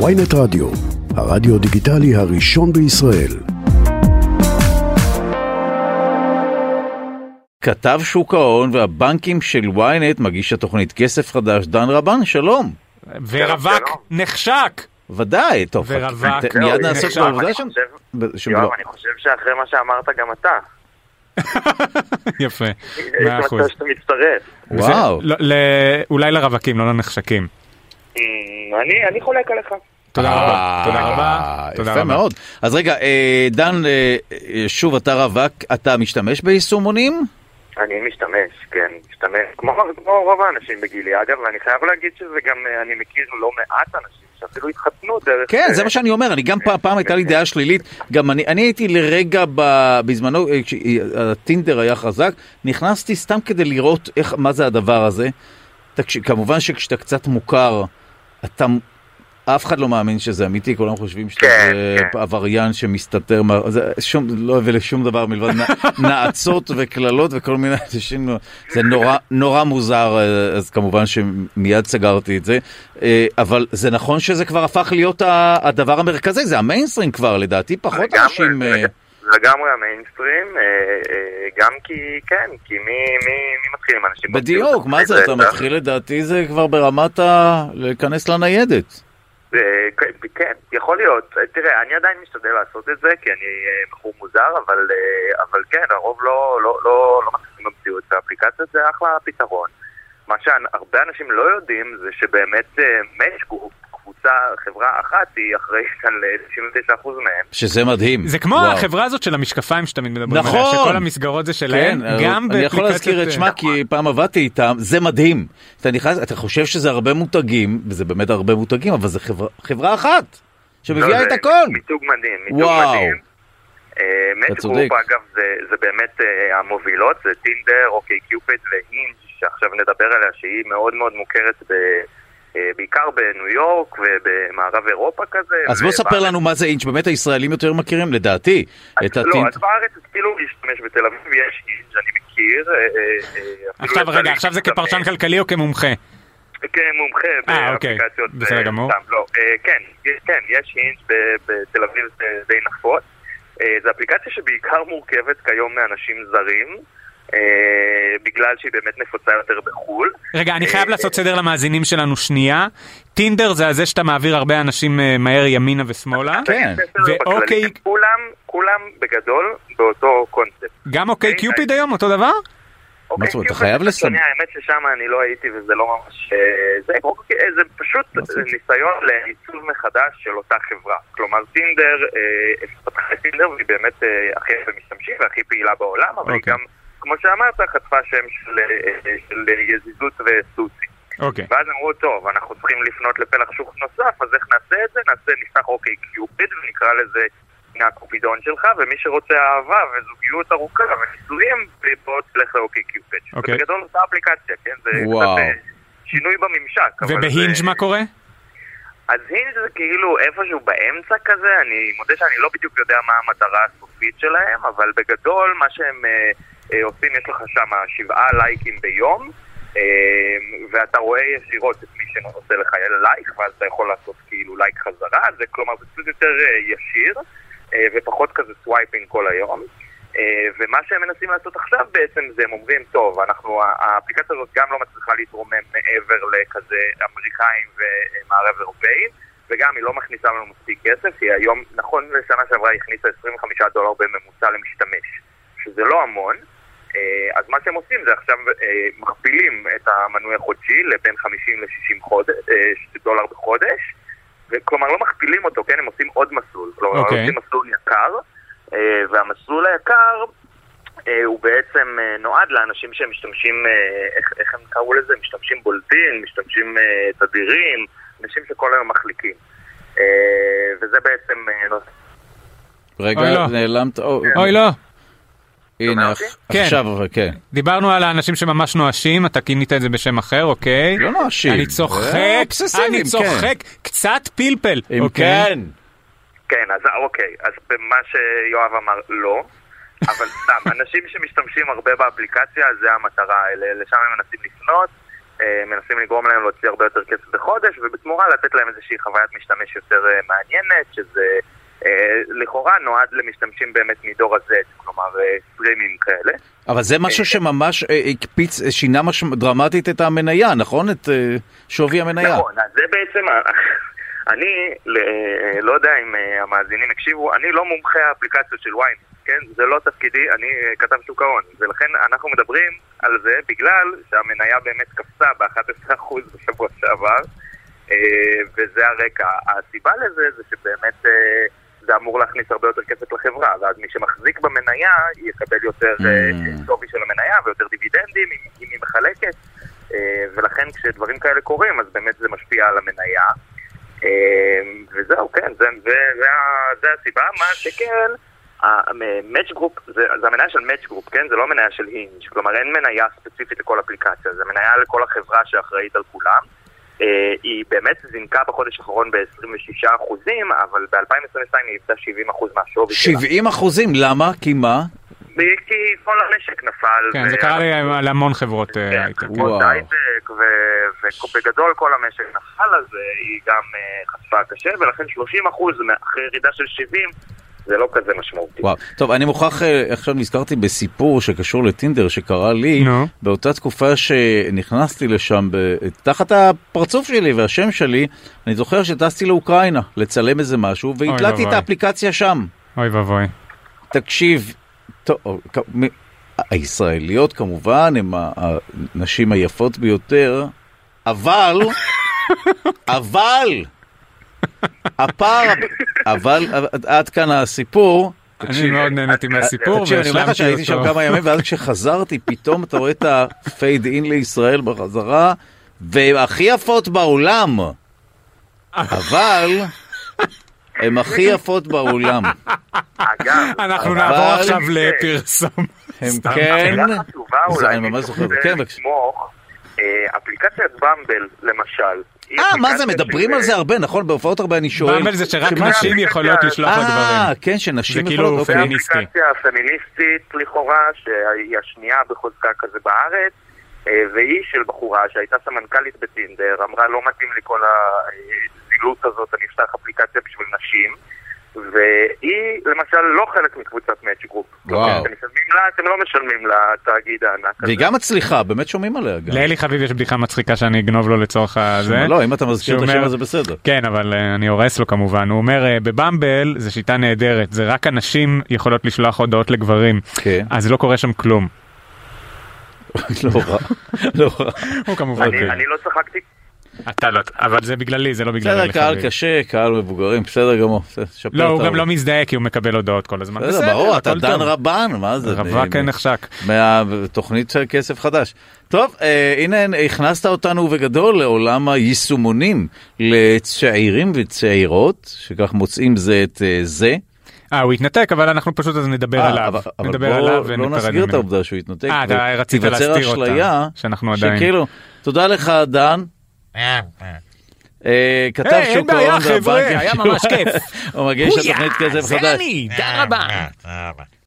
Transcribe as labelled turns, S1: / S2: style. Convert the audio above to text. S1: ויינט רדיו, הרדיו דיגיטלי הראשון בישראל.
S2: כתב שוק ההון והבנקים של ynet מגיש התוכנית כסף חדש, דן רבן, שלום.
S3: ורווק
S4: שלום.
S3: נחשק.
S2: ודאי, טוב,
S3: ורווק.
S2: ת- מיד
S3: לא,
S2: נעסוק
S3: נחשב,
S4: יואב,
S2: בעובדה
S4: אני
S2: שם.
S4: חושב-
S2: ב- שם
S4: יואב,
S2: לא.
S4: אני חושב שאחרי מה שאמרת גם אתה.
S3: יפה, מאה
S4: יש
S3: אחוז.
S4: מצב שאתה מצטרף.
S2: וואו,
S3: זה- לא, ל- אולי לרווקים, לא לנחשקים.
S4: אמ, אני- אני חולק עליך.
S3: תודה רבה.
S2: אה,
S3: תודה רבה. תודה
S2: יפה
S3: רבה.
S2: מאוד. אז רגע, אה, דן, אה, אה, שוב אתה רווק, אתה משתמש ביישומונים?
S4: אני משתמש, כן, משתמש, כמו, כמו רוב האנשים בגילי, אגב, ואני חייב להגיד שזה גם, אה, אני מכיר לא מעט אנשים שאפילו התחתנו דרך...
S2: כן,
S4: אה,
S2: זה מה שאני אומר, אני גם פעם, פעם הייתה לי דעה שלילית, גם אני, אני הייתי לרגע ב, בזמנו, אה, כשהטינדר היה חזק, נכנסתי סתם כדי לראות איך, מה זה הדבר הזה. תקש, כמובן שכשאתה קצת מוכר, אתה, אף אחד לא מאמין שזה אמיתי, כולם חושבים שאתה
S4: כן,
S2: זה
S4: כן.
S2: עבריין שמסתתר, מה, זה שום, לא הביא לשום דבר מלבד נ- נאצות וקללות וכל מיני אנשים, זה נורא, נורא מוזר, אה, אז כמובן שמיד סגרתי את זה, אה, אבל זה נכון שזה כבר הפך להיות ה- הדבר המרכזי, זה המיינסטרים כבר, לדעתי פחות
S4: לגמרי,
S2: אנשים... אה,
S4: לג- לגמרי המיינסטרים, אה, אה, גם כי, כן, כי מי, מי, מי מתחיל עם אנשים?
S2: בדיוק, מה זה, אתה מתחיל לדעתי זה כבר ברמת ה... להיכנס לניידת.
S4: אה, כן, כן, יכול להיות. אה, תראה, אני עדיין משתדל לעשות את זה, כי אני אה, בחור מוזר, אבל, אה, אבל כן, הרוב לא, לא, לא, לא מצליחים במציאות, והאפליקציות זה אחלה פתרון. מה שהרבה אנשים לא יודעים זה שבאמת מש גרופ, קבוצה, חברה אחת, היא אחראית על אה, 99% מהם.
S2: שזה מדהים.
S3: זה כמו
S2: וואו.
S3: החברה הזאת של המשקפיים שאתה מדברים עליה,
S2: נכון.
S3: שכל המסגרות זה שלהם, גם
S2: כן, אני יכול להזכיר
S3: באפליקציות,
S2: את
S3: אה,
S2: שמה כי פעם עבדתי איתם, זה מדהים. אתה נכנס, אתה חושב שזה הרבה מותגים, וזה באמת הרבה מותגים, אבל זה חברה, חברה אחת,
S4: לא,
S2: שמביאה
S4: זה
S2: את הכל.
S4: מיתוג מדהים, מיתוג
S2: וואו.
S4: מדהים. אה,
S2: אתה
S4: מש
S2: צודק.
S4: גרופ, אגב, זה, זה באמת אה, המובילות, זה טינדר, אוקיי קיופיד ואינג' שעכשיו נדבר עליה, שהיא מאוד מאוד מוכרת ב, אה, בעיקר בניו יורק ובמערב אירופה כזה.
S2: אז בוא ספר
S4: ובארץ-
S2: לנו מה זה אינץ', באמת הישראלים יותר מכירים, לדעתי, את
S4: לא,
S2: הטינט.
S4: אז בארץ התחילו להשתמש בתל אביב, יש אינג' אני מכיר. אה, אה, אה, אפילו
S3: עכשיו
S4: יצא
S3: רגע,
S4: לי
S3: עכשיו זה
S4: להשתמש.
S3: כפרשן כלכלי או כמומחה?
S4: כמומחה
S3: אה, אוקיי.
S4: באפליקציות.
S3: בסדר
S4: אה,
S3: גמור.
S4: סתם, לא, אה, כן, יש- כן, יש הינג' ב- בתל אביב זה די נפוץ. אה, זו אפליקציה שבעיקר מורכבת כיום מאנשים זרים, אה, בגלל שהיא באמת נפוצה יותר בחו"ל.
S3: רגע, אני
S4: אה,
S3: חייב
S4: אה.
S3: לעשות סדר למאזינים שלנו שנייה. טינדר זה הזה שאתה מעביר הרבה אנשים אה, מהר ימינה ושמאלה.
S2: כן.
S4: בסדר, בכללי,
S3: ואוקיי-
S4: כולם, כולם בגדול באותו קונספט.
S3: גם אוקיי
S4: אה,
S3: קיופיד היום אותו דבר?
S4: אוקיי,
S2: זאת אומרת, אתה
S4: קיופיד
S2: חייב
S4: זה
S2: לסמן.
S4: שונה, האמת ששם אני לא הייתי וזה לא ממש... אה, זה, אוקיי, זה פשוט ניסיון לעיצוב מחדש של אותה חברה. כלומר, טינדר, אה, פתחה את טינדר והיא באמת אה, הכי הרבה משתמשים והכי פעילה בעולם, אבל היא
S3: אוקיי.
S4: גם, כמו שאמרת, חטפה שם של, אה, אה, של יזיזות וסוסי.
S3: אוקיי.
S4: ואז אמרו, טוב, אנחנו צריכים לפנות לפלח שוק נוסף, אז איך נעשה את זה? נעשה, נפתח אוקיי קיופיד ונקרא לזה הקופידון שלך, ומי שרוצה אהבה וזוגיות ארוכה ונישואים, בוא תלך לאוקיי קיופיד.
S3: אוקיי.
S4: זה בגדול אותה אפליקציה, כן? זה
S2: וואו.
S4: קצת אה, שינוי בממשק. אבל
S3: ובהינג'
S4: זה-
S3: מה קורה?
S4: אז הינג' זה כאילו איפשהו באמצע כזה, אני מודה שאני לא בדיוק יודע מה המטרה הסופית שלהם, אבל בגדול מה שהם אה, אה, עושים, יש לך שם שבעה לייקים ביום, אה, ואתה רואה ישירות את מי שעושה לך לייק, ואז אתה יכול לעשות כאילו לייק חזרה, זה כלומר זה קצת יותר אה, ישיר, אה, ופחות כזה סווייפינג כל היום. אה, ומה שהם מנסים לעשות עכשיו בעצם זה הם אומרים, טוב, אנחנו, ה- האפליקציה הזאת גם לא מצליחה להתרומם מעבר לכזה אמריקאים ומערב אירופאים, וגם היא לא מכניסה לנו מספיק כסף, היא היום, נכון לשנה שעברה היא הכניסה 25 דולר בממוצע למשתמש, שזה לא המון. אה, אז מה שהם עושים זה עכשיו אה, מכפילים את המנוי החודשי לבין 50 ל-60 חוד... אה, דולר בחודש, וכלומר לא מכפילים אותו, כן? הם עושים עוד מסלול, כלומר
S3: אוקיי.
S4: עושים מסלול יקר, אה, והמסלול היקר אה, הוא בעצם אה, נועד לאנשים שמשתמשים, אה, איך, איך הם קראו לזה? משתמשים בולטים, משתמשים אה, תדירים, אנשים שכל היום מחליקים. אה, וזה בעצם... אה, לא-
S3: אוי,
S2: רגע,
S3: לא.
S2: נעלמת, או,
S3: אוי לא,
S2: הנה,
S4: שומע אותי?
S3: כן.
S2: עכשיו, אבל כן.
S3: דיברנו על האנשים שממש נואשים, אתה כינית את זה בשם אחר, אוקיי?
S2: לא נואשים.
S3: אני
S2: זה
S3: צוחק,
S2: אובססיביים,
S3: אני צוחק, קצת פלפל,
S2: כן. אם
S3: אוקיי?
S2: כן.
S4: כן, אז אוקיי, אז במה שיואב אמר, לא. אבל סתם, אנשים שמשתמשים הרבה באפליקציה, זה המטרה, ל- לשם הם מנסים לפנות. אה, מנסים לגרום להם להוציא הרבה יותר כסף בחודש, ובתמורה לתת להם איזושהי חוויית משתמש יותר אה, מעניינת, שזה אה, לכאורה נועד למשתמשים באמת מדור ה-Z, כלומר אה, סטרימים כאלה.
S2: אבל זה משהו שממש אה, הקפיץ, אה, שינה מש... דרמטית את המניה, נכון? את אה, שווי המניה.
S4: נכון, אז זה בעצם, ה- אני ל- לא יודע אם אה, המאזינים הקשיבו, אני לא מומחה האפליקציות של ויין, כן? זה לא תפקידי, אני אה, כתב שוק ההון, ולכן אנחנו מדברים על זה בגלל שהמניה באמת קפצה ב-11% בשבוע שעבר, אה, וזה הרקע. הסיבה לזה זה שבאמת... אה, זה אמור להכניס הרבה יותר כסף לחברה, ואז מי שמחזיק במניה יקבל יותר
S2: Mm.
S4: אה, שווי של המניה ויותר דיבידנדים אם, אם היא מחלקת, אה, ולכן כשדברים כאלה קורים, אז באמת זה משפיע על המניה. אה, וזהו, כן, זה, זה, זה, ה- זה הסיבה, מה שכן, ה-Match Group, זה, זה המניה של Match Group, כן? זה לא מניה של הינג', כלומר אין מניה ספציפית לכל אפליקציה, זה מניה לכל החברה שאחראית על כולם. אה, היא באמת זינקה בחודש האחרון ב-26 אחוזים, אבל ב-2022 היא איבדה 70 אחוז מהשווי שלה.
S2: 70 אחוזים, למה? כי מה?
S4: כי כל המשק נפל.
S3: כן, זה
S4: ו-
S3: קרה לי על המון חברות אה,
S4: כן,
S3: הייטק.
S2: וואו.
S4: חברות הייטק, ו- ובגדול כל המשק נפל, אז אה, היא גם אה, חשפה קשה, ולכן 30 אחוז אחרי ירידה של 70 זה לא כזה משמעותי.
S2: וואו. טוב, אני מוכרח, אה, עכשיו נזכרתי בסיפור שקשור לטינדר שקרה לי,
S3: נו.
S2: באותה תקופה שנכנסתי לשם, ב- תחת הפרצוף שלי והשם שלי, אני זוכר שטסתי לאוקראינה לצלם איזה משהו, והתלתי את
S3: ואבוי.
S2: האפליקציה שם.
S3: אוי ואבוי.
S2: תקשיב, טוב, אה, כ- מ- הישראליות כמובן הן ה- הנשים היפות ביותר, אבל, אבל, הפער, אבל, עד כאן הסיפור.
S3: אני מאוד נהניתי מהסיפור,
S4: תקשיב,
S2: אה, תקשיב, אני אומר לך שהייתי שם כמה ימים, ואז כשחזרתי, פתאום אתה רואה את הפייד אין לישראל בחזרה, והן הכי יפות בעולם. אבל, הן הכי יפות בעולם.
S4: אגב,
S3: אנחנו
S2: אבל-
S3: נעבור עכשיו לפרסום.
S2: הם
S3: סתם,
S2: כן.
S4: שאלה חשובה
S2: זה
S4: אולי,
S2: אני ממש
S4: אם
S2: זוכר.
S4: אתה רוצה
S2: כן, בבקשה.
S4: לתמוך, אה, אפליקציית במבל, למשל. היא
S2: אה, מה זה,
S4: אפליקציה
S2: מדברים
S4: של-
S2: על זה הרבה, נכון? בהופעות הרבה אני שואל.
S3: במבל זה שרק
S2: שמה-
S3: נשים יכולות לשלוח לו
S2: אה,
S3: דברים.
S2: כן, שנשים
S3: זה כאילו
S2: יכולות,
S4: זה
S2: אוקיי.
S3: פמיניסטי.
S4: האפליקציה הפמיניסטית לכאורה, שהיא השנייה בחוזקה כזה בארץ, אה, והיא של בחורה שהייתה סמנכ"לית בטינדר, אמרה לא מתאים לי כל הזילות הזאת, אני אפתח אפליקציה בשביל נשים. והיא למשל לא חלק מקבוצת מאץ' גרופ.
S2: וואו.
S4: אתם משלמים לה, אתם לא משלמים לתאגיד הענק הזה.
S2: והיא גם מצליחה, באמת שומעים עליה גם.
S3: לאלי חביב יש בדיחה מצחיקה שאני אגנוב לו לצורך הזה.
S2: לא, אם אתה מזכיר את
S3: שאומר-
S2: השם הזה בסדר.
S3: כן, אבל אה, אני הורס לו כמובן. הוא אומר, אה, בבמבל זה שיטה נהדרת, זה רק הנשים יכולות לשלוח הודעות לגברים.
S2: כן.
S3: אז לא קורה שם כלום.
S2: לא רע. לא רע.
S3: הוא כמובן...
S4: אני-
S2: אוקיי.
S4: אני לא צחקתי
S3: אתה לא, אבל זה בגללי, זה לא בגלל
S2: בסדר,
S3: אלי
S2: קהל
S3: חביב.
S2: קשה, קהל מבוגרים, בסדר גמור. בסדר, שפר
S3: לא,
S2: את
S3: הוא גם
S2: העולם.
S3: לא מזדהה כי הוא מקבל הודעות כל הזמן.
S2: בסדר, ברור, אתה
S3: אה, הכל
S2: דן
S3: טוב.
S2: רבן, מה זה?
S3: רווק
S2: אני-
S3: נחשק.
S2: מהתוכנית של כסף חדש. טוב, אה, הנה הכנסת אותנו בגדול לעולם היישומונים לצעירים וצעירות, שכך מוצאים זה את אה, זה.
S3: אה, הוא התנתק, אבל אנחנו פשוט אז נדבר
S2: אה,
S3: עליו.
S2: אבל- אבל
S3: נדבר
S2: בוא
S3: עליו
S2: לא
S3: וניפרד
S2: נסגיר את
S3: ממנו.
S2: העובדה שהוא התנתק.
S3: אה, אתה
S2: ו-
S3: רצית
S2: תיווצר
S3: להסתיר אותה,
S2: אשליה
S3: שאנחנו עדיין-
S2: שכאילו, תודה לך, דן. אה, כתב
S3: היי, אין
S2: שוק
S3: בעיה,
S2: ההון
S3: חבר'ה,
S2: והבנקים
S3: היה
S2: שהוא-
S3: ממש כיף.
S2: הוא מגיש את התוכנית כסף חדש.
S3: זה אני, תודה רבה.